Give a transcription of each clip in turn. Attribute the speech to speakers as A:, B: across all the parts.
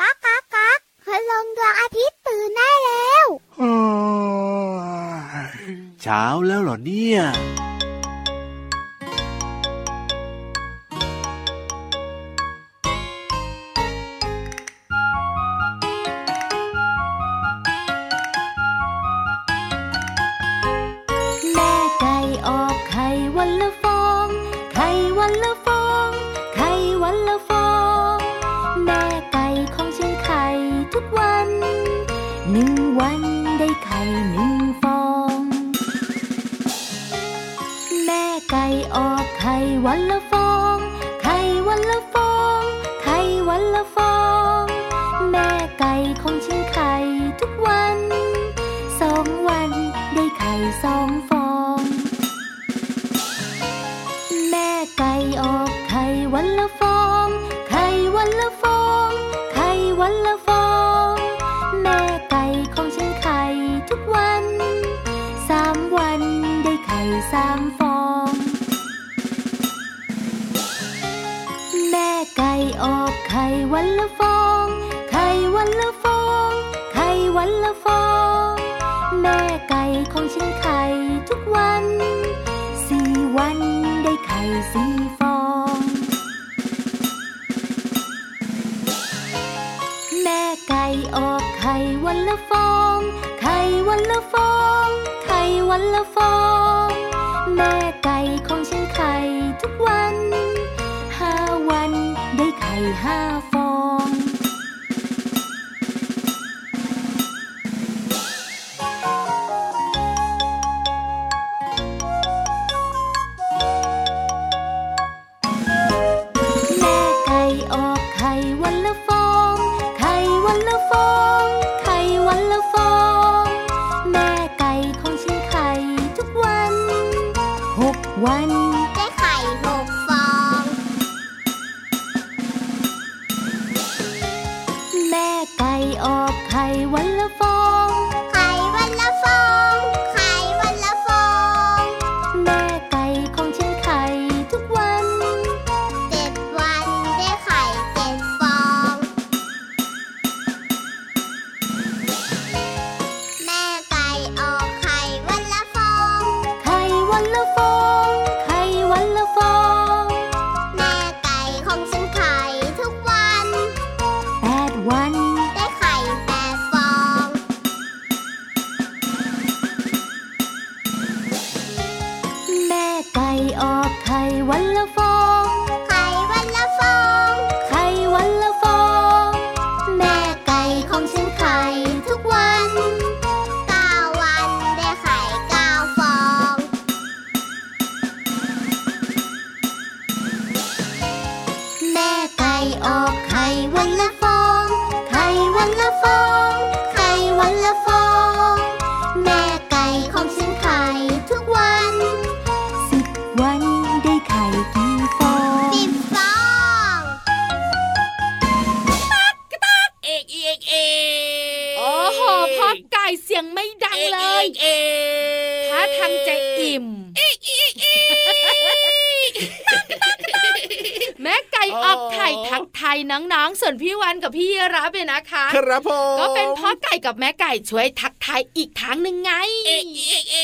A: ก๊ากก๊ากก๊ากคืลงดวงอาทิตย์ตื่นได้แล้ว
B: เช้าแล้วเหรอเนี่ย
C: แม่ไก่ออกไข่วันละฟอง ไข่วันละฟอง ไข่วันละฟอง แม่ไก่ของฉันไข่ทุกวัน หนึ่งวันได้ไข่หนึ่งฟอง แม่ไก่ออกไข่วันละฟอง ไข่วันละฟอง ไข่วันละฟอง แม่ไก่ของฉันไข่ทุกวัน สองวันได้ไข่สองฟอง แม่ไก่ออกไข่วันละฟอง ไข่วันละฟอง ไข่วันละฟอง แม่ไก่ของฉันไข่ทุกวัน สามวันได้ไข่สามฟอง แม่ไก่ออกไข่วันละฟอง ไข่วันละฟอง ไข่วันละฟอง แม่ไก่ของฉันไข่ทุกวัน สี่วันได้ไข่สี่ฟอง แม่ไก่ออกไข่วันละฟอง ไข่วันละฟอง ไข่วันละฟอง แม่ไก่ของฉันไข่ทุกวัน ห้าวันได้ไข่ห้าฟอง แม่ไก่ออกไข่วันละฟอง ไข่วันละฟอง ไข่วันละฟอง แม่ไก่ของฉันไข่ทุกวันหกวัน
A: ได้ไข่หกฟอง
C: แม่ไก่ออกไข่วันละฟอง
A: ไข่วันละฟอง ไข่วันละฟอง
C: แม่ไก่ของฉันไข่ทุกวัน
A: เจ็ดวันได้ไข่เจ็ดฟอง แม่ไก่ออกไข่วันละฟอง
C: ไข่วันละฟอง ไข่วันละฟอง
A: แม่ไก่ของฉันไข่ทุกวัน
C: แปดวัน
A: ได้ไข่แปดฟอง
C: แม่ไก่ออกไข่วันละฟอง
A: ไข่วันละฟอง
C: ไข่วันละฟอง แม่
A: แม่ไก่ของฉันไข่ทุกวันเก้าวันได้ไข่เก้าฟอง แม่ไก่ออกไข่วันละฟอง ไข่วันละฟอง ไข่วันละฟอง แม่ไก่ของฉันไข่ทุกวัน
C: สิบวันได้ไข่กี่ฟอง
A: สิบฟอง
D: เอกเอกเอก
E: โอ้โหพ่อไก่เสียงไม่ดังเลย
D: เอก
E: ท่าทางจะอิ่ม แม่ไก่ออกไข่ทักไทายน้องๆ ส่วนพี่วันกับพี่รับเนี่ยนะคะ
D: ครับผม
E: ก็เป็นพ่อไก่กับแม่ไก่ช่วยทักไทายอีกทางหนึ่งไง
D: เอกเอกเอ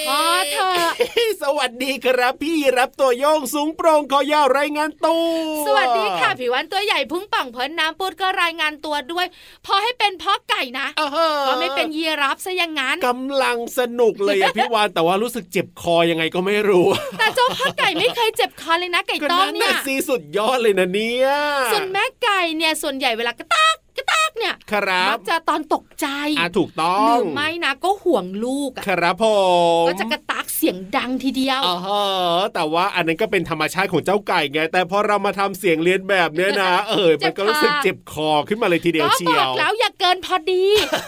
D: ก
E: พ่อเถอะ
D: สวัสดีครับพี่รับตัวโยงสูงโปร่งคอยาวรายงานตัว
E: สวัสดีค่ะผิววันตัวใหญ่พุ่งป่องพ้นน้ำปูดก็รายงานตัวด้วย พอให้เป็นพ่อไก่นะ
D: อ้าว
E: พอไม่เป็นยีรับซะอย่างนั้น
D: กำลังสนุกเลยอะพี่วานแต่ว่ารู้สึกเจ็บคอยังไงก็ไม่รู้
E: แต่เจ้าพ่อไก่ไม่เคยเจ็บคอเลยนะไก่
D: ก็
E: ต้อ
D: นั่
E: ง
D: น
E: เนี่
D: น่ะ
E: ย
D: ซีสุดยอดเลยนะเนี่ย
E: ส่วนแม่ไก่เนี่ยส่วนใหญ่เวลากระตากกระตากเนี่ย
D: ครั
E: มั
D: บ
E: กจะตอนตกใจ
D: อ่ะถูกต้อ
E: ห
D: ง
E: รือไม่นะก็ห่วงลูกอะ
D: ครับผม
E: ก็จะกระตากเสียงดังทีเดียว
D: อ๋อฮะแต่ว่าอันนั้นก็เป็นธรรมชาติของเจ้าไก่ไง แต่พอเรามาทำเสียงเลียนแบบเนี้ย นะ เออ
E: เจ็
D: มั
E: บ
D: นก็รู้สึก
E: คอ
D: เจ็บคอขึ้นมาเลยทีเดียว
E: ก็
D: เชี
E: บ
D: ย
E: อก
D: ว
E: แล้วอย่าเกินพอดี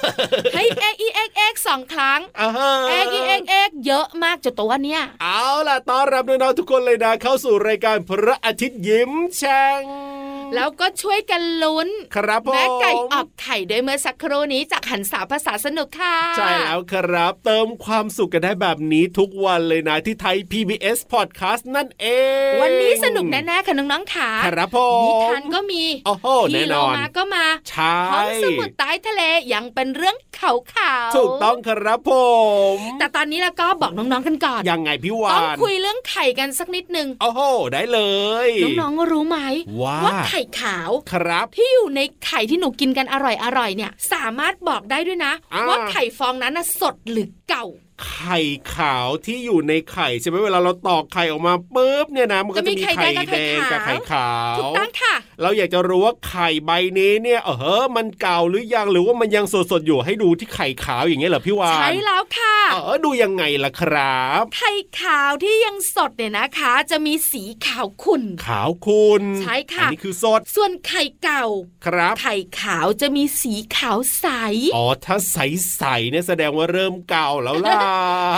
E: ให้เอ็กอีเอ็กเอ็กสองครั้ง
D: อ่าฮะ
E: เอ็กอีเอ็กเอ็กเยอะมากเจ้าตัวเนี่ย
D: เอาล่ะต้อนรับน้องๆทุกคนเลยนะ เข้าสู่รายการพระอาทิตย์ยิ้มแฉ่ง
E: แล้วก็ช่วยกันลุ้น
D: ครับผม
E: แม่ไก่ออกไข่ด้วยเมื่อสักครู่นี้จากหันสาภาษาสนุกค่ะ
D: ใช่แล้วครับ เติมความสุขกันได้แบบนี้ทุกวันเลยนะที่ไทย PBS Podcast นั่นเอง
E: วันนี้สนุกแน่ๆค่ะน้องๆขา
D: ครับผม
E: นิทานก็มี
D: โอ้โหแน่
E: พี่โล
D: นอน
E: มาก็มา
D: ใช่
E: ท้องสมุทรใต้ทะเลยังเป็นเรื่องขาวๆ
D: ถูกต้องครับผม
E: แต่ตอนนี้แล้วก็บอกน้องๆกันก่อน
D: ยังไงพี่วา
E: ต้อง
D: น
E: คุยเรื่องไข่กันสักนิดนึง
D: โอ้โหได้เลย
E: น้องๆรู้ไหม
D: ว่า
E: ไข่ขาว
D: ครับ
E: ที่อยู่ในไข่ที่หนูกินกันอร่อยๆเนี่ย สามารถบอกได้ด้วยนะ
D: อ่า
E: ว่าไข่ฟองนั้นน่ะสดหรือเก่า
D: ไข่ขาวที่อยู่ในไข่ใช่ไหมเวลาเราตอกไข่ออกมาปุ๊บเนี่ยนะมันก็จะมี
E: จะมีไข่
D: ไข่
E: แด
D: แด
E: ง
D: ง
E: กั
D: กั
E: บบ ไข่
D: ไข่
E: ขา
D: ขาว
E: ถูกต้องค่ะ
D: เราอยากจะรู้ว่าไข่ใบนี้เนี่ยเออเหอะมันเก่าหรือยังหรือว่ามันยังสดๆอยู่ให้ดูที่ไข่ขาวอย่างเงี้ยเหรอพี่วาน
E: ใช้แล้วค่ะ
D: เออดูยังไงล่ะครับ
E: ไข่ขาวที่ยังสดเนี่ยนะคะ จะมีสีขาวขุ่น
D: ขาวคุณ
E: ใช่ค่ะ
D: อันี้คือสด
E: ส่วนไข่เก่า
D: ครับ
E: ไข่ขาวจะมีสีขาวใส
D: อ๋อถ้าใสๆเนี่ยแสดงว่าเริ่มเก่าแล้วล่ะ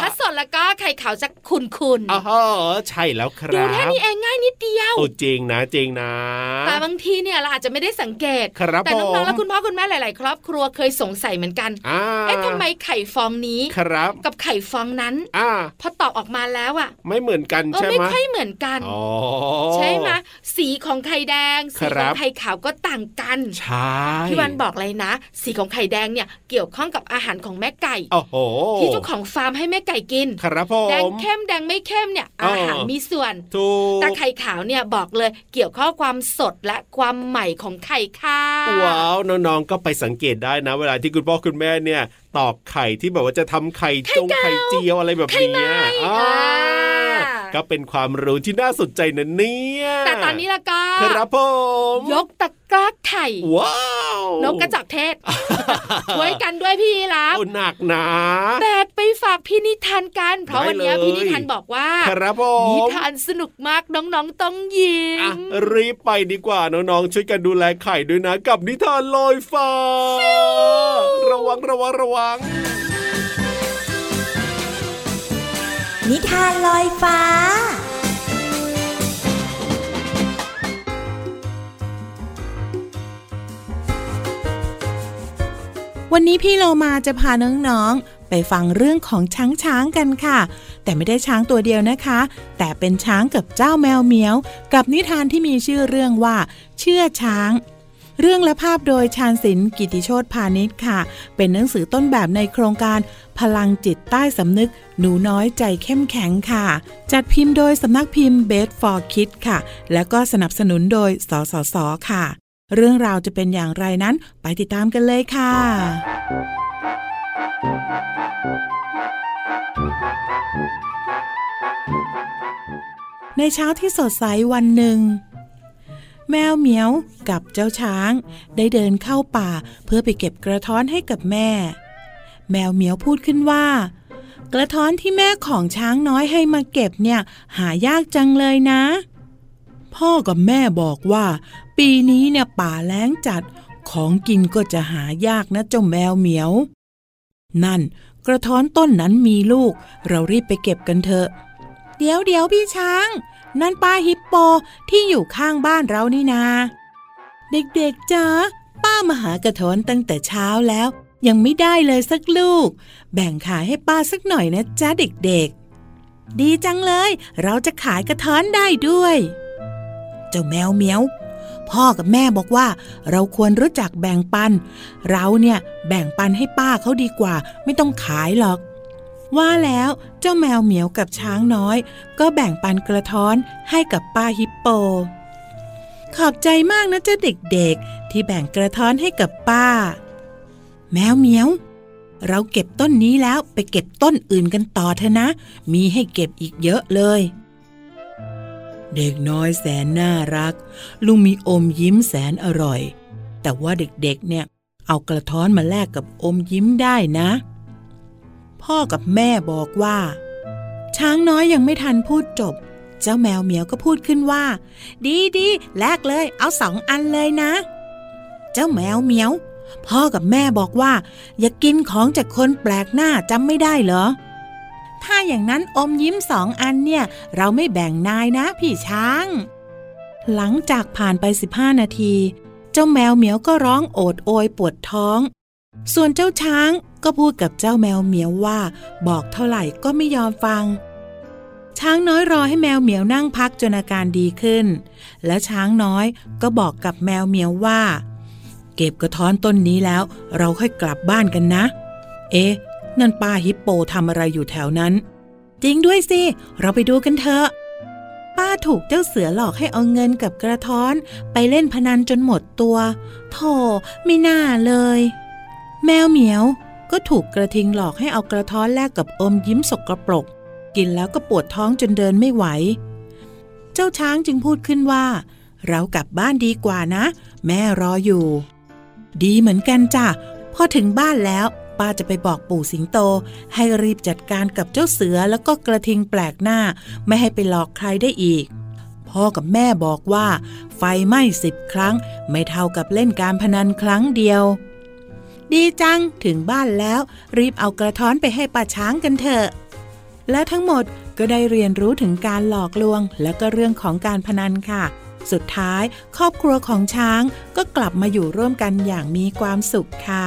E: ถ้าสดแล้วก็ไข่ขาวจะขุ่นขุ่นๆ
D: อ๋อใช่แล้วค
E: ดู
D: รับ
E: แค่นี้เองง่ายนิดเดียว
D: โอ้จริงนะจริงนะ
E: แต่บางทีเนี่ยเราอาจจะไม่ได้สังเกต
D: ครับ
E: แต่น้
D: ผ
E: อง
D: ม
E: ๆและคุณพ่อคุณแม่หลาย ๆ ครอบครัวเคยสงสัยเหมือนกัน
D: อ่า
E: เอ๊ะทำไมไข่ฟองนี้
D: ครับ
E: กับไข่ฟองนั้น
D: อ่า
E: พอตอบออกมาแล้วอ่ะ
D: ไม่เหมือนกัน
E: เออ
D: ใช่
E: ไม่
D: ไหม
E: ค่อยเหมือนกัน
D: อ๋อ
E: ใช่ไหมสีของไข่แดง สี
D: ค
E: ข
D: รั
E: อง
D: บ
E: ไข่ขาวก็ต่างกัน
D: ใช่
E: พี่วันบอกเลยนะ สีของไข่แดงเนี่ยเกี่ยวข้องกับอาหารของแม่ไก่
D: โอ้โห
E: ที่เจ้าของฟาร์มให้แม่ไก่กิน
D: ครับผ
E: แดง
D: ม
E: เข้มแดงไม่เข้มเนี่ย
D: อ๋อ
E: อา
D: อ
E: หารมีส่วน
D: ถูก
E: แต่ไข่ขาวเนี่ยบอกเลยเกี่ยวข้องความสดและความใหม่ของไข่ค่ะ
D: ว้าวน้องๆก็ไปสังเกตได้นะ เวลาที่คุณพ่อคุณแม่เนี่ย ตอกไข่ที่แบบว่าจะทำไข่จงไข่เจียวอะไรแบบนี้อ่าก็เป็นความรู้ที่น่าสนใจนะเนี่ย
E: แต่ตอนนี้ละก็
D: ครับผม
E: ยกตะกร้าไข่
D: ว้าวน
E: กกระจอกเทศช่วยกันด้วยพี่รับ
D: โอ้หนักนะ
E: แบกไปฝากพี่นิทานกัน เพราะ
D: ได้
E: วันเนี้ย
D: เลย
E: พี่นิทานบอกว่า
D: ครับผม
E: นิทานสนุกมากน้องๆต้องยิ้
D: อ่ะ
E: ม
D: รีบไปดีกว่าน้องๆช่วยกันดูแลไข่ด้วยนะ กับนิทานลอยฟ้า ระวังระวังระวัง
F: นิทานลอยฟ้า
G: วันนี้พี่เรามาจะพาน้องๆ ไปฟังเรื่องของช้างช้างๆกันค่ะ แต่ไม่ได้ช้างตัวเดียวนะคะ แต่เป็นช้างกับเจ้าแมวเหมียว กับนิทานที่มีชื่อเรื่องว่า เชื่อช้าง เรื่องและภาพโดยชาญศิลป์กิติโชตพาณิชย์ค่ะ เป็นหนังสือต้นแบบในโครงการ พลังจิตใต้สำนึก หนูน้อยใจเข้มแข็งค่ะ จัดพิมพ์โดยสำนักพิมพ์ Best for Kids ค่ะ แล้วก็สนับสนุนโดยสสสค่ะ เรื่องราวจะเป็นอย่างไรนั้นไปติดตามกันเลยค่ะ ในเช้าที่สดใสวันหนึ่ง แมวเหมียวกับเจ้าช้าง ได้เดินเข้าป่าเพื่อไปเก็บกระท้อนให้กับแม่ แมวเหมียวพูดขึ้นว่า กระท้อนที่แม่ของช้างน้อยให้มาเก็บเนี่ย หายากจังเลยนะ พ่อกับแม่บอกว่า ปีนี้เนี่ยป่าแล้งจัดของกินก็จะหายากนะเจ้าแมวเหมียว นั่น กระท้อนต้นนั้นมีลูก เรารีบไปเก็บกันเถอะ เดี๋ยวเดี๋ยวพี่ช้าง นั่นป้าฮิปโปที่อยู่ข้างบ้านเรานี่นา เด็กๆจ้าป้ามาหากระท้อนตั้งแต่เช้าแล้ว ยังไม่ได้เลยสักลูก แบ่งขายให้ป้าสักหน่อยนะจ้าเด็กๆ ดีจังเลย เราจะขายกระท้อนได้ด้วย เจ้าแมวเหมียว พ่อกับแม่บอกว่า เราควรรู้จักแบ่งปัน เราเนี่ยแบ่งปันให้ป้าเขาดีกว่า ไม่ต้องขายหรอก ว่าแล้วเจ้าแมวเหมียวกับช้างน้อย ก็แบ่งปันกระท้อนให้กับป้าฮิปโป ขอบใจมากนะเจ้าเด็กๆ ที่แบ่งกระท้อนให้กับป้า แมวเหมียว เราเก็บต้นนี้แล้วไปเก็บต้นอื่นกันต่อเถอะนะ มีให้เก็บอีกเยอะเลย เด็กน้อยแสนน่ารัก ลุงมีอมยิ้มแสนอร่อย แต่ว่าเด็กๆ เนี่ย เอากระท้อนมาแลกกับอมยิ้มได้นะ พ่อกับแม่บอกว่า ช้างน้อยยังไม่ทันพูดจบ เจ้าแมวเหมียวก็พูดขึ้นว่า ดีดีแลกเลย เอาสองอันเลยนะ เจ้าแมวเหมียว พ่อกับแม่บอกว่า อย่ากินของจากคนแปลกหน้าจำไม่ได้เหรอ ถ้าอย่างนั้นอมยิ้มสองอันเนี่ย เราไม่แบ่งนายนะพี่ช้าง หลังจากผ่านไป 15 นาที เจ้าแมวเหมียวก็ร้องโอดโอยปวดท้อง ส่วนเจ้าช้างก็พูดกับเจ้าแมวเหมียวว่าบอกเท่าไหร่ก็ไม่ยอมฟัง ช้างน้อยรอให้แมวเหมียวนั่งพักจนอาการดีขึ้น แล้วช้างน้อยก็บอกกับแมวเหมียวว่า เก็บกระท้อนต้นนี้แล้ว เราค่อยกลับบ้านกันนะ เอ๊ะ นั่นป้าฮิปโปทำอะไรอยู่แถวนั้น จริงด้วยสิ เราไปดูกันเถอะ ป้าถูกเจ้าเสือหลอกให้เอาเงินกับกระท้อน ไปเล่นพนันจนหมดตัวโธ่ไม่น่าเลย แมวเหมียวก็ถูกกระทิงหลอกให้เอากระท้อนแลกกับอมยิ้มสกรปรก กินแล้วก็ปวดท้องจนเดินไม่ไหว เจ้าช้างจึงพูดขึ้นว่า เรากลับบ้านดีกว่านะ แม่รออยู่ ดีเหมือนกันจ้ะพอถึงบ้านแล้ว ป้าจะไปบอกปู่สิงโต ให้รีบจัดการกับเจ้าเสือแล้วก็กระทิงแปลกหน้า ไม่ให้ไปหลอกใครได้อีก พ่อกับแม่บอกว่า ไฟไหม้สิบครั้ง ไม่เท่ากับเล่นการพนันครั้งเดียว ดีจังถึงบ้านแล้ว รีบเอากระท้อนไปให้ป้าช้างกันเถอะ และทั้งหมดก็ได้เรียนรู้ถึงการหลอกลวง และก็เรื่องของการพนันค่ะ สุดท้ายครอบครัวของช้างก็กลับมาอยู่ร่วมกันอย่างมีความสุขค่ะ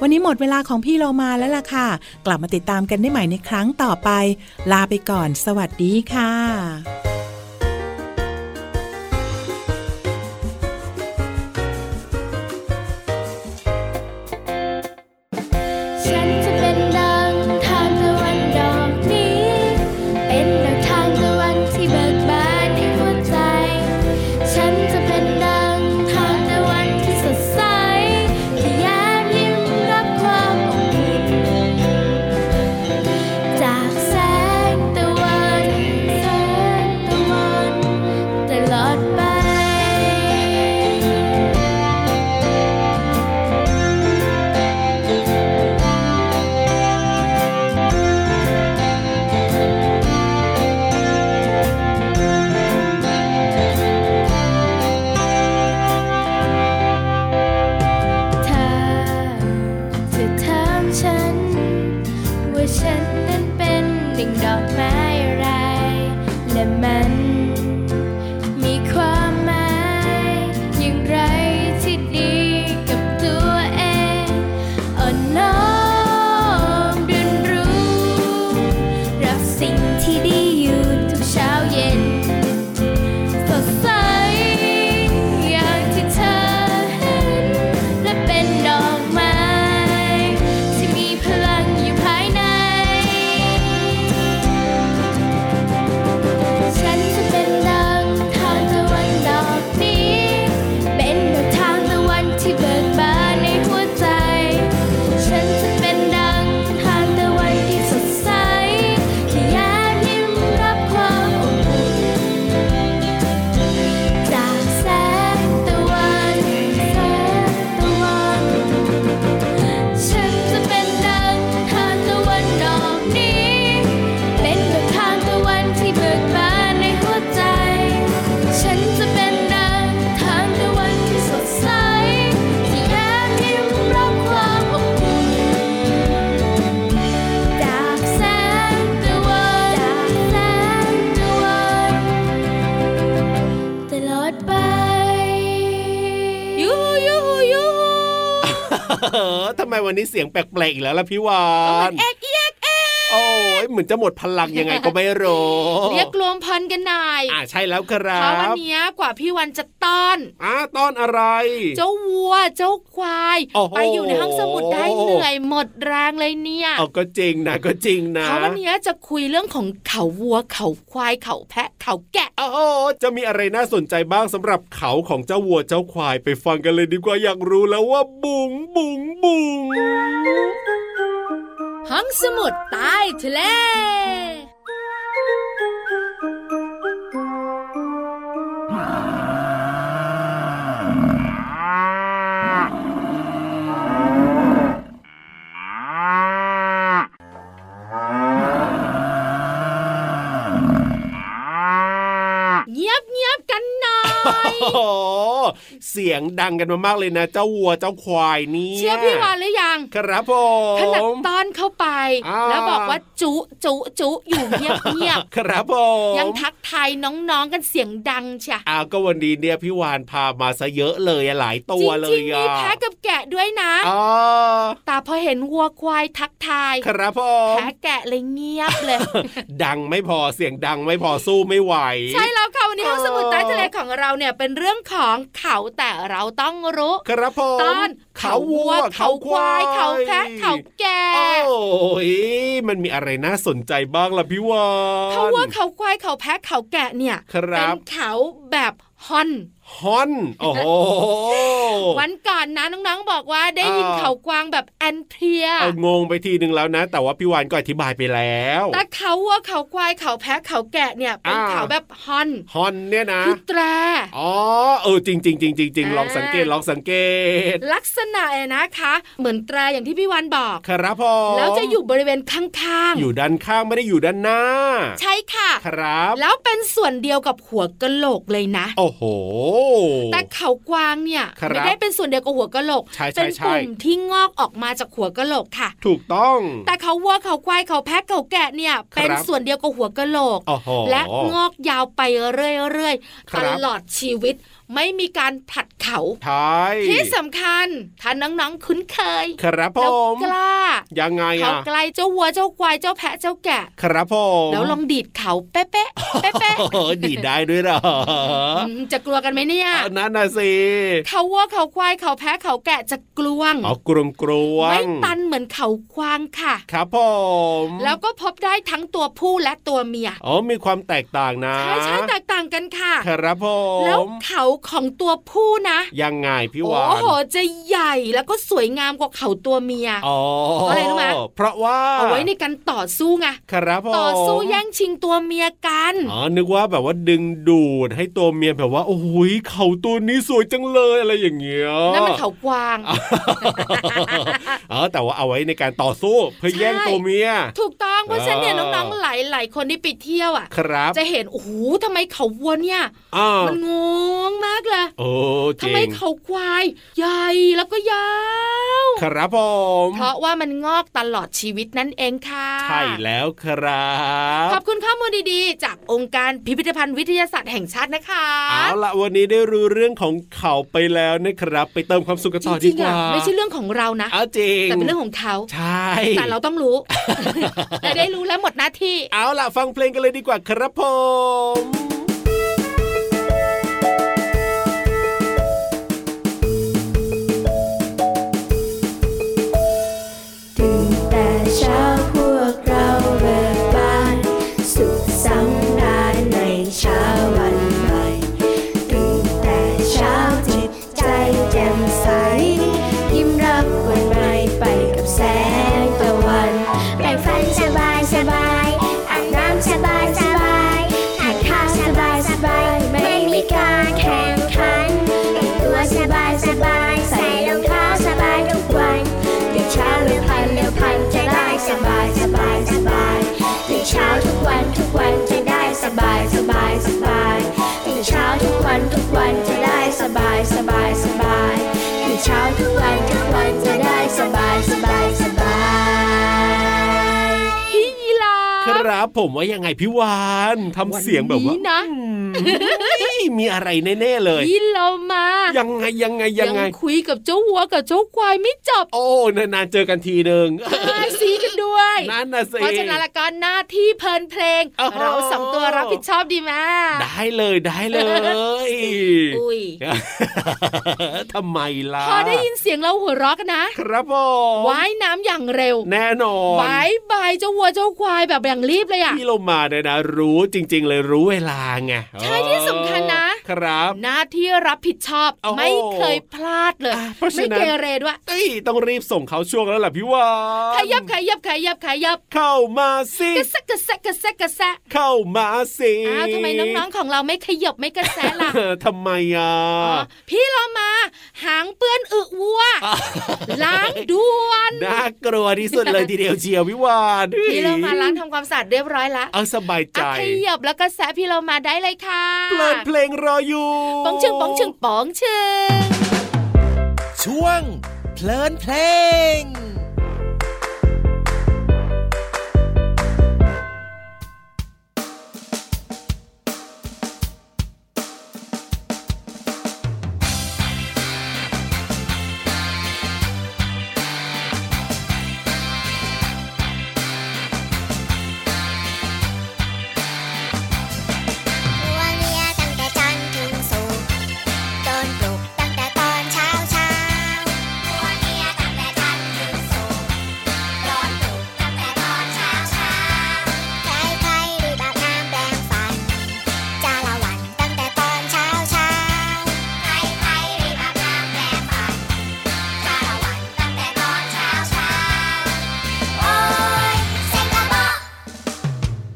G: วันนี้หมดเวลาของพี่โลมาแล้วล่ะค่ะ กลับมาติดตามกันได้ใหม่ในครั้งต่อไป ลาไปก่อน สวัสดีค่ะ
C: ฉันจะเป็นดังทานตะวันดอกนี้ เป็นดังทานตะวันที่เบิกบานในหัวใจ ฉันจะเป็นดังทานตะวันที่สดใสที่แย้มยิ้มรับความอบอุ่นจากแสงตะวันแสงตะวันตลอดไป เธอจะถามฉัน ว่าฉันนั้นเป็นหนึ่งดอกไม้อะไร และมันมีความหมายอย่างไรที่ดีกับตัวเองอ่อนน้อมเรียนรู้ รับสิ่งที่ดีอยู่ทุกเช้าเย็น สดใสอย่างที่เธอเห็น และเป็นดอกไม้ ที่มีพลังอยู่ภายใน ฉันจะเป็นดังทางตะวันดอกนี้ เป็นดอกทางตะวันที่เบิกบานในหัวใจ ฉันจะเป็นดังทางตะวันที่สดใสที่แย้มยิ้มรับความอบอุ่น จากแสงตะวันแสงตะวัน ฉันจะเป็นดังทานตะวันดอกนี้ เป็นดอกทานตะวันที่เบิกบานในหัวใจ ฉันจะเป็นดังทานตะวันที่สดใส ที่แอบยิ้มรับความอบอุ่น จากแสงตะวันจากแสงตะวัน ตลอดไป
E: ยูฮูยูฮูยูฮู
D: เออทำไมวันนี้เสียงแปลกๆอีกแล้วล่ะพี่วา
E: เอามัน
D: น
E: เอกเอกเอก
D: โอ้ยเหมือนจะหมดพลังยังไงก็ไม่รู้
E: เรียกรวมพันกันหน่อย
D: อ่าใช่แล้วครั
E: เพราะวัน
D: บ
E: เนี้ยกว่าพี่วันจะต้อน
D: อ่าต้อนอะไร
E: เจ้าวัวเจ้าควาย
D: โอ้โห
E: ไปอยู่ในห้องสมุดได้เหนื่อยหมดแรงเลยเนี่ย
D: เอาก็จริงนะก็จริงนะ
E: เพราะวันเนี้ยจะคุยเรื่องของเขาวัว เขาควาย เขาแพะ เขาแกะ
D: โอ้โหจะมีอะไรน่าสนใจบ้างสำหรับเขาของเจ้าวัวเจ้าควายไปฟังกันเลยดีกว่าอยากรู้แล้วว่าบุ๋งบุ๋งบุ๋ง
E: ห้องสมุดใต้ทะเล เงียบเงียบๆกันหน่อย
D: โอ้โห เสียงดังกันมามากเลยนะ เจ้าวัว เจ้าควายนี่ย
E: เชื่อพี่วานหรือยัง
D: ครับผม
E: ขนาดต้อนเข้าไป
D: อ่า
E: แล้วบอกว่าจุจุจุอยู่เงียบเงียบ
D: ครับผม
E: ยังทักทายน้องๆกันเสียงดังเชีย
D: อ้าวก็วันนี้เนี่ยพี่วานพามาซะเยอะเลยอะหลาย
E: จ
D: ตัวเล
E: ริ
D: ย
E: งๆ
D: อ่ะ
E: มีแพะกับแกะด้วยนะ
D: อ๋อ
E: แต่พอเห็นวัวควายทักทาย
D: ครับผม
E: แพะแกะเลยเงียบ เลย
D: ดังไม่พอเสียงดังไม่พอสู้ไม่ไหว
E: ใช่แล้วค่ะวันนี้ห้อง
D: เออ
E: สมุดใต้ทะเลของเราเนี่ยเป็นเรื่องของเขาแต่เราต้องรู้
D: ครับผม
E: ตอนเขาวัวเขาควาย เขาแพะเขาแกะ
D: โอ้ยมันมีอะไรน่าสนใจบ้างล่ะพี่วาน
E: เขาวัวเขาควายเขาแพะเขาแกะเนี่ย
D: ครั
E: เป็
D: บ
E: นเขาแบบฮอน
D: ฮอนโอ้โห
E: วันก่อนนะน้องๆบอกว่าได้ยิน
D: เออ
E: เขากวางแบบแอนเพลีย
D: เอางงไปทีนึงแล้วนะ แต่ว่าพี่วานก็อธิบายไปแล้ว
E: แต่เขาวัวเขาควายเขาแพะเขาแกะเนี่ยเป็นเขาแบบฮอน
D: ฮอนเนี่ยนะ
E: คือแตร
D: อ๋อเออจริงจริงจริงจริงจริง
E: อ่า
D: ลองสังเกตลองสังเกต
E: ลักษณะเนี่ยนะคะ เหมือนแตรอย่างที่พี่วันบอก
D: ครับผม
E: แล้วจะอยู่บริเวณข้างๆ
D: อยู่ด้านข้างไม่ได้อยู่ด้านหน้า
E: ใช่ค่ะ
D: ครับ
E: แล้วเป็นส่วนเดียวกับหัวกะโหลกเลยนะ
D: โอ้โห
E: แต่เขากวางเนี่ย
D: ครับ
E: ไม่ได้เป็นส่วนเดียวกับหัวกะโหลก
D: ใช่ใช่
E: เป็น
D: ใช่
E: กลุ่มที่งอกออกมาจากหัวกะโหลกค่ะ
D: ถูกต้อง
E: แต่เขาวัวเขาควายเขาแพะเขาแกะเนี่ย เป็นส่วนเดียวกับหัวกะโหลก
D: โอ้โห
E: และงอกยาวไปเรื่อย
D: ค
E: ๆ
D: รั
E: ต
D: บ
E: ลอดชีวิตไม่มีการผลัดเขา
D: ท้าย
E: ที่สำคัญท่านน้องๆคุ้นเคย
D: ครับผ
E: แล้ว
D: ม
E: กล้า
D: ยังไง
E: เขา
D: อ่ะ
E: ไกลเจ้าวัวเจ้าควายเจ้าแพะเจ้าแกะ
D: ครับผม
E: แล้วลองดีดเขาเป๊ะๆเป๊ะ
D: โอ้โหดีดได้ด้วยเหรอ
E: อืมจะกลัวกันไหมเนี่ย
D: เอานั่นน่ะสิ
E: เขาวัวเขาควายเขาแพะเขาแกะจะกลวง
D: เอากรวงกรวง
E: ไม่ตันเหมือนเขาควางค่ะ
D: ครับผม
E: แล้วก็พบได้ทั้งตัวผู้และตัวเมีย
D: อ๋อมีความแตกต่างนะ
E: ใช่ใช่แตกต่างกันค่ะ
D: ครับผ
E: แล้ว
D: ม
E: เขาของตัวผู้นะ
D: ยังไงพี่
E: โอ้
D: วาน
E: โหจะใหญ่แล้วก็สวยงามกว่าเขาตัวเมีย
D: อ๋อ
E: เพราะอะไรรู้ไหม
D: เพราะว่า
E: เอาไว้ในการต่อสู้ไง
D: ครับผม
E: ต่อสู้แย่งชิงตัวเมียกัน
D: อ๋อนึกว่าแบบว่าดึงดูดให้ตัวเมียแบบว่า โอ้โหยเขาตัวนี้สวยจังเลยอะไรอย่างเงี้ย
E: นั่นมันเขากวาง
D: อ๋อแต่ว่าเอาไว้ในการต่อสู้เพื่อแย่งตัวเมีย
E: ถูกต้องเพราะฉะนั้นเนี่ย
D: เออ
E: น้องๆหลายๆคนที่ไปเที่ยวอ่ะ
D: ครับ
E: จะเห็นโอ้โหทำไมเขาวัวเนี่ย
D: อ้าว
E: มันงงมากเลย
D: โอ้
E: ทำ
D: เจ๋
E: ไม
D: ง
E: เขาควาย ใหญ่แล้วก็ยาว
D: ครับผม
E: เพราะว่ามันงอกตลอดชีวิตนั่นเองค่ะ
D: ใช่แล้วครั
E: ขอ
D: บบ
E: คุณข้อมูลดีๆ จากองค์การพิพิธภัณฑ์วิทยาศาสตร์แห่งชาตินะคะ
D: เอาละวันนี้ได้รู้เรื่องของเขาไปแล้วนะครับ ไปเติมความสุขกัน
E: จ
D: ต่อดี
E: ริง
D: ก
E: ๆ
D: ว่า
E: อ่ะไม่ใช่เรื่องของเรานะ
D: เอาจริง
E: แต่เป็นเรื่องของเขา
D: ใช่
E: แต่เราต้องรู้ แต่ได้รู้แล้วหมดหน้าที่
D: เอาล่ะฟังเพลงกันเลยดีกว่าครับผม
H: ตื่นแต่เช้าพวกเราเบิกบาน สุขสำราญในเช้าวันใหม่ ตื่นแต่เช้าจิตใจแจ่มใส ยิ้มรับวันใหม่ไปกับแสงตะวันแปรงฟันสบายสบายอาบน้ำสบายสบายทานข้าวสบายสบายไม่มีการแข่งขันแต่งตัวสบายสบายใส่รองเท้าสบายทุกวัน ตื่นเช้าเร็วพันเร็วพันจะได้สบายสบายสบายตื่นเช้าทุกวันทุกวันจะได้สบายสบายสบายตื่นเช้าทุกวันทุกวันจะได้สบายสบายสบายตื่นเช้าทุกวันทุกวันจะได้สบายสบายสบาย
E: พี่ยีราฟ
D: ครับผมว่ายังไงพี่วานทำเสียงแบบว่า
E: นี้นะ
D: เฮ้ยมีอะไรแน่ๆเลย
E: พี่เรามายั
D: ยังไงยังไงยังไง
E: คุยกับเจ้าวัวกับเจ้าควายไม่จบ
D: โอ้นานๆเจอกันทีหนึ่ง
E: อ้ายซีกันด้วย
D: นั่นน่ะสิ
E: เพราะฉะนั้นละก็หน้าที่เพลินเพลง
D: โอ้โห
E: เราสองตัวรับผิดชอบดีไหม
D: ได้เลยได้เลย
E: อุ้ย
D: ทำไมล่ะ
E: พอได้ยินเสียงเราหัวเราะกันนะครับ
D: ผม
E: ว่ายน้ำอย่างเร็ว
D: แน่นอน
E: บายบายเจ้าวัวเจ้าควายแบบอย่างรีบเลยอ่ะ
D: พี่เรามาเนี่ยนะ รู้จริง ๆ เลยรู้เวลาไง
E: ใช่ที่สำคัญนะ
D: ครับ
E: หน้าที่รับผิดชอบ
D: โอ้โห
E: ไม่เคยพลาดเลย
D: อ่ะเพราะฉะนั้
E: ไม่
D: น
E: เกเรด้วย
D: เอ้ยต้องรีบส่งเขาช่วงแล้วล่ะพี่วาน
E: ขยับขยับขยับขยับ
D: เข้ามาสิ
E: กระแซะกระแซะกระแซะกระแซะ
D: เข้ามาสิ
E: อ้าวทำไมน้องๆของเราไม่ขยับไม่กระแซะล่ะ
D: เออทำไมอ่ะ
E: อ๋อพี่เรามา หางเปื้อนอึวัว ล้างด่วน
D: น่ากลัวที่สุดเลยทีเดียวเชียวพี่วาน
E: พี่เรามาล้างทำความสะอาดเรียบร้อยละ
D: เอาสบายใจ
E: อ่ะขยับแล้วก็แซะพี่เรามาได้เลยค่ะ
D: เปิดเพลงรออยู่
E: ป๋องชึงป๋องชึงป๋องชึง
B: ช่วง เพลินเพลง
A: วัวเลียตั้งแต่จันทร์ถึงศุกร์โดนปลุกตั้งแต่ตอนเช้าเช้าวัวเลียตั้งแต่จันทร์ถึงศุกร์โดนปลุกตั้งแต่ตอนเช้าเช้าใครใครรีบอาบน้ำแปรงฟันจ้าละวันตั้งแต่ตอนเช้าเช้าใครใครรีบอาบน้ำแปรงฟันจ้าละวันตั้งแต่ตอนเช้าเช้าโอ้ยเซ็งกระบอก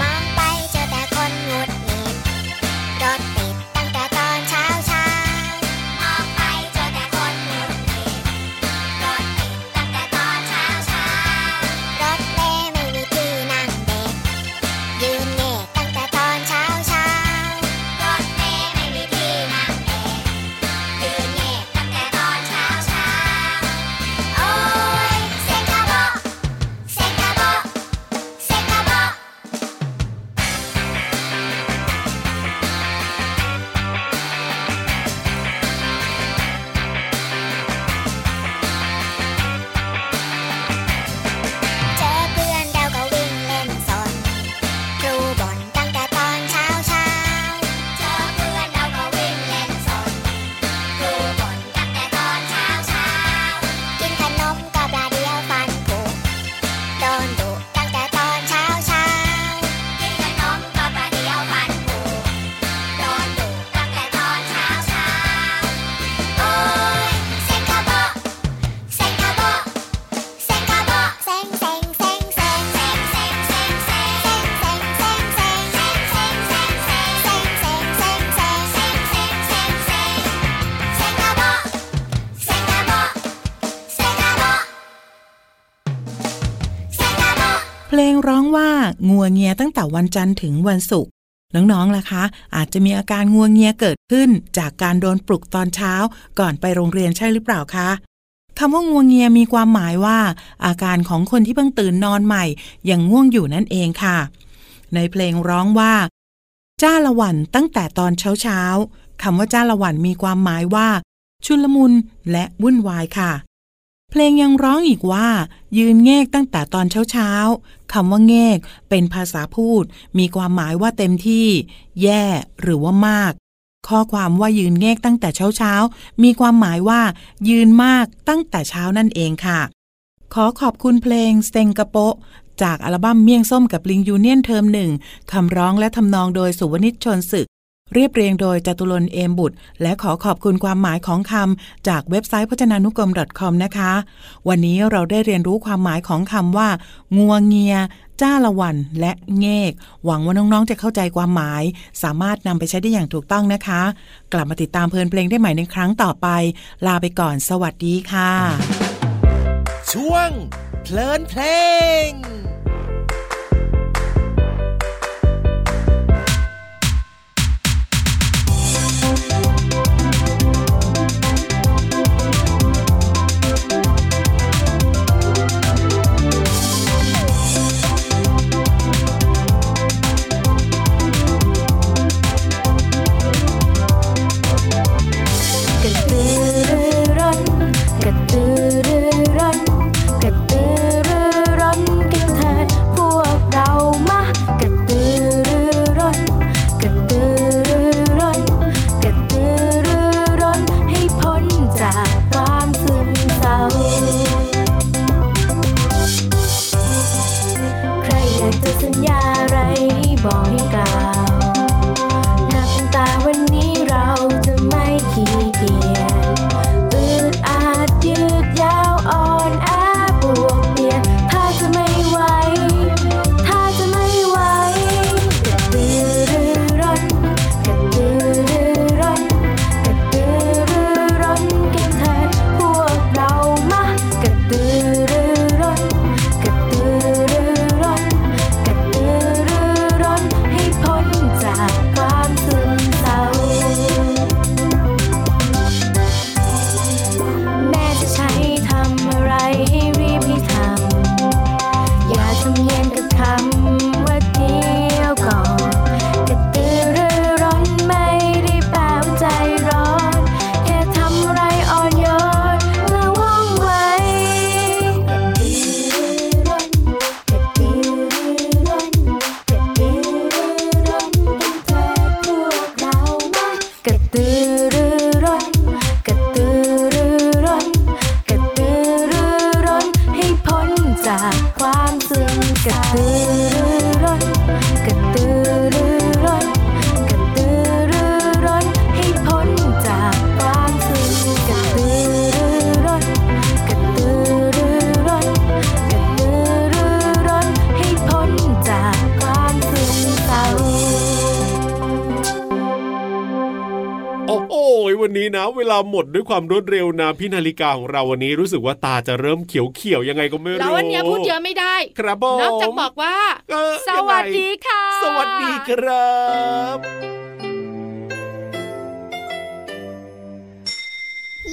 A: มองไปเจอแต่คนหงุดหงิดรถติดตั้งแต่ตอนเช้าเช้ามองไปเจอแต่คนหงุดหงิดรถติดตั้งแต่ตอนเช้าเช้ารถเมล์ไม่มีที่นั่งเด็ก ยืนเงกตั้งแต่ตอนเช้าเช้ารถเมล์ไม่มีที่นั่งเด็ก ยืนเงกตั้งแต่ตอนเช้าเช้าโอ้ยเซกาโบเซกาโบเซกาโบ เจอเพื่อนเราก็วิ่งเล่นสนครูบ่นตั้งแต่ตอนเช้าเช้าเจอเพื่อนเราก็วิ่งเล่นสนครูบ่นตั้งแต่ตอนเช้าเช้ากินขนมก็ปลาเดียวฟันผุโดนดุตั้งแต่ตอนเช้าเช้ากินขนมก็ปลาเดียวฟันผุโดนดุตั้งแต่ตอนเช้าเช้าโอ้ยเซ็งกระบอกเซ็งกระบอก เซ็งกะบอกเซ็งเซ็งเซ็งเซ็งเซ็งเซ็งเซ็งเซ็งเซ็งเซ็งเซ็งเซ็งเซ็งเซ็งเซ็งเซ็งเซ็งเซ็งเซ็งเซ็งเซ็งเซ็งเซ็งเซ็งเซ็งกะบอกเซ็งกะบอกเซ็งกะบอกเซ็งกะบอก
G: เพลงร้องว่างัวเงียตั้งแต่วันจันทร์ถึงวันศุกร์น้องๆล่ะคะ อาจจะมีอาการงัวเงียเกิดขึ้น จากการโดนปลุกตอนเช้า ก่อนไปโรงเรียนใช่หรือเปล่าคะคำว่างัวเงียมีความหมายว่า อาการของคนที่เพิ่งตื่นนอนใหม่ยังง่วงอยู่นั่นเองค่ะ ในเพลงร้องว่า จ้าละวันตั้งแต่ตอนเช้าเช้าๆคำว่าจ้าละวันมีความหมายว่า ชุลมุนและวุ่นวายค่ะ เพลงยังร้องอีกว่า ยืนเงกตั้งแต่ตอนเช้าเช้าๆคำว่าเงกเป็นภาษาพูด มีความหมายว่าเต็มที่ แย่ หรือว่ามาก ข้อความว่ายืนเงกตั้งแต่เช้าเช้าๆมีความหมายว่า ยืนมากตั้งแต่เช้านั่นเองค่ะ ขอขอบคุณเพลงสเตงกะโปะ จากอัลบั้มเมี่ยงส้มกับลิงยูเนียนเทอมหนึ่งคำร้องและทำนองโดยสุวนิชชนศึก เรียบเรียงโดยจตุรนต์เอมบุตร และขอขอบคุณความหมายของคำจากเว็บไซต์พจนานุกรม .com นะคะ วันนี้เราได้เรียนรู้ความหมายของคำว่า งัวเงีย จ้าละวัน และเงก หวังว่าน้อง ๆ จะเข้าใจความหมาย สามารถนำไปใช้ได้อย่างถูกต้องนะคะ กลับมาติดตามเพลินเพลงได้ใหม่ในครั้งต่อไป ลาไปก่อน สวัสดีค่ะ
B: ช่วง เพลินเพลง
H: กระตือรือร้นกระตือรือร้นกระตือรือร้นกระ
C: กระตือรือร้นกระตือรือร้นกระตือรือร้นให้พ้นจากความซึมกระตือรือร้นกระตือรือร้นกระตือรือร้นให้พ้นจากความซึมเศร้า
D: โอ้โหวันนี้นะ เวลาหมดด้วยความรวดเร็วนะพี่นาฬิกาของเราวันนี้รู้สึกว่าตาจะเริ่มเขียวๆยังไงก็ไม่รู้
E: แล้ววันเนี้ยพูดเยอะไม่ได้
D: ครับผม
E: นอกจากบอกว่า
D: เออ
E: สวัสดีค่ะ
D: สวัสดีครับ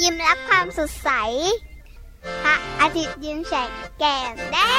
A: ยิ้มรับความสดใส พระอาทิตย์ยิ้มแฉกแก้มแดง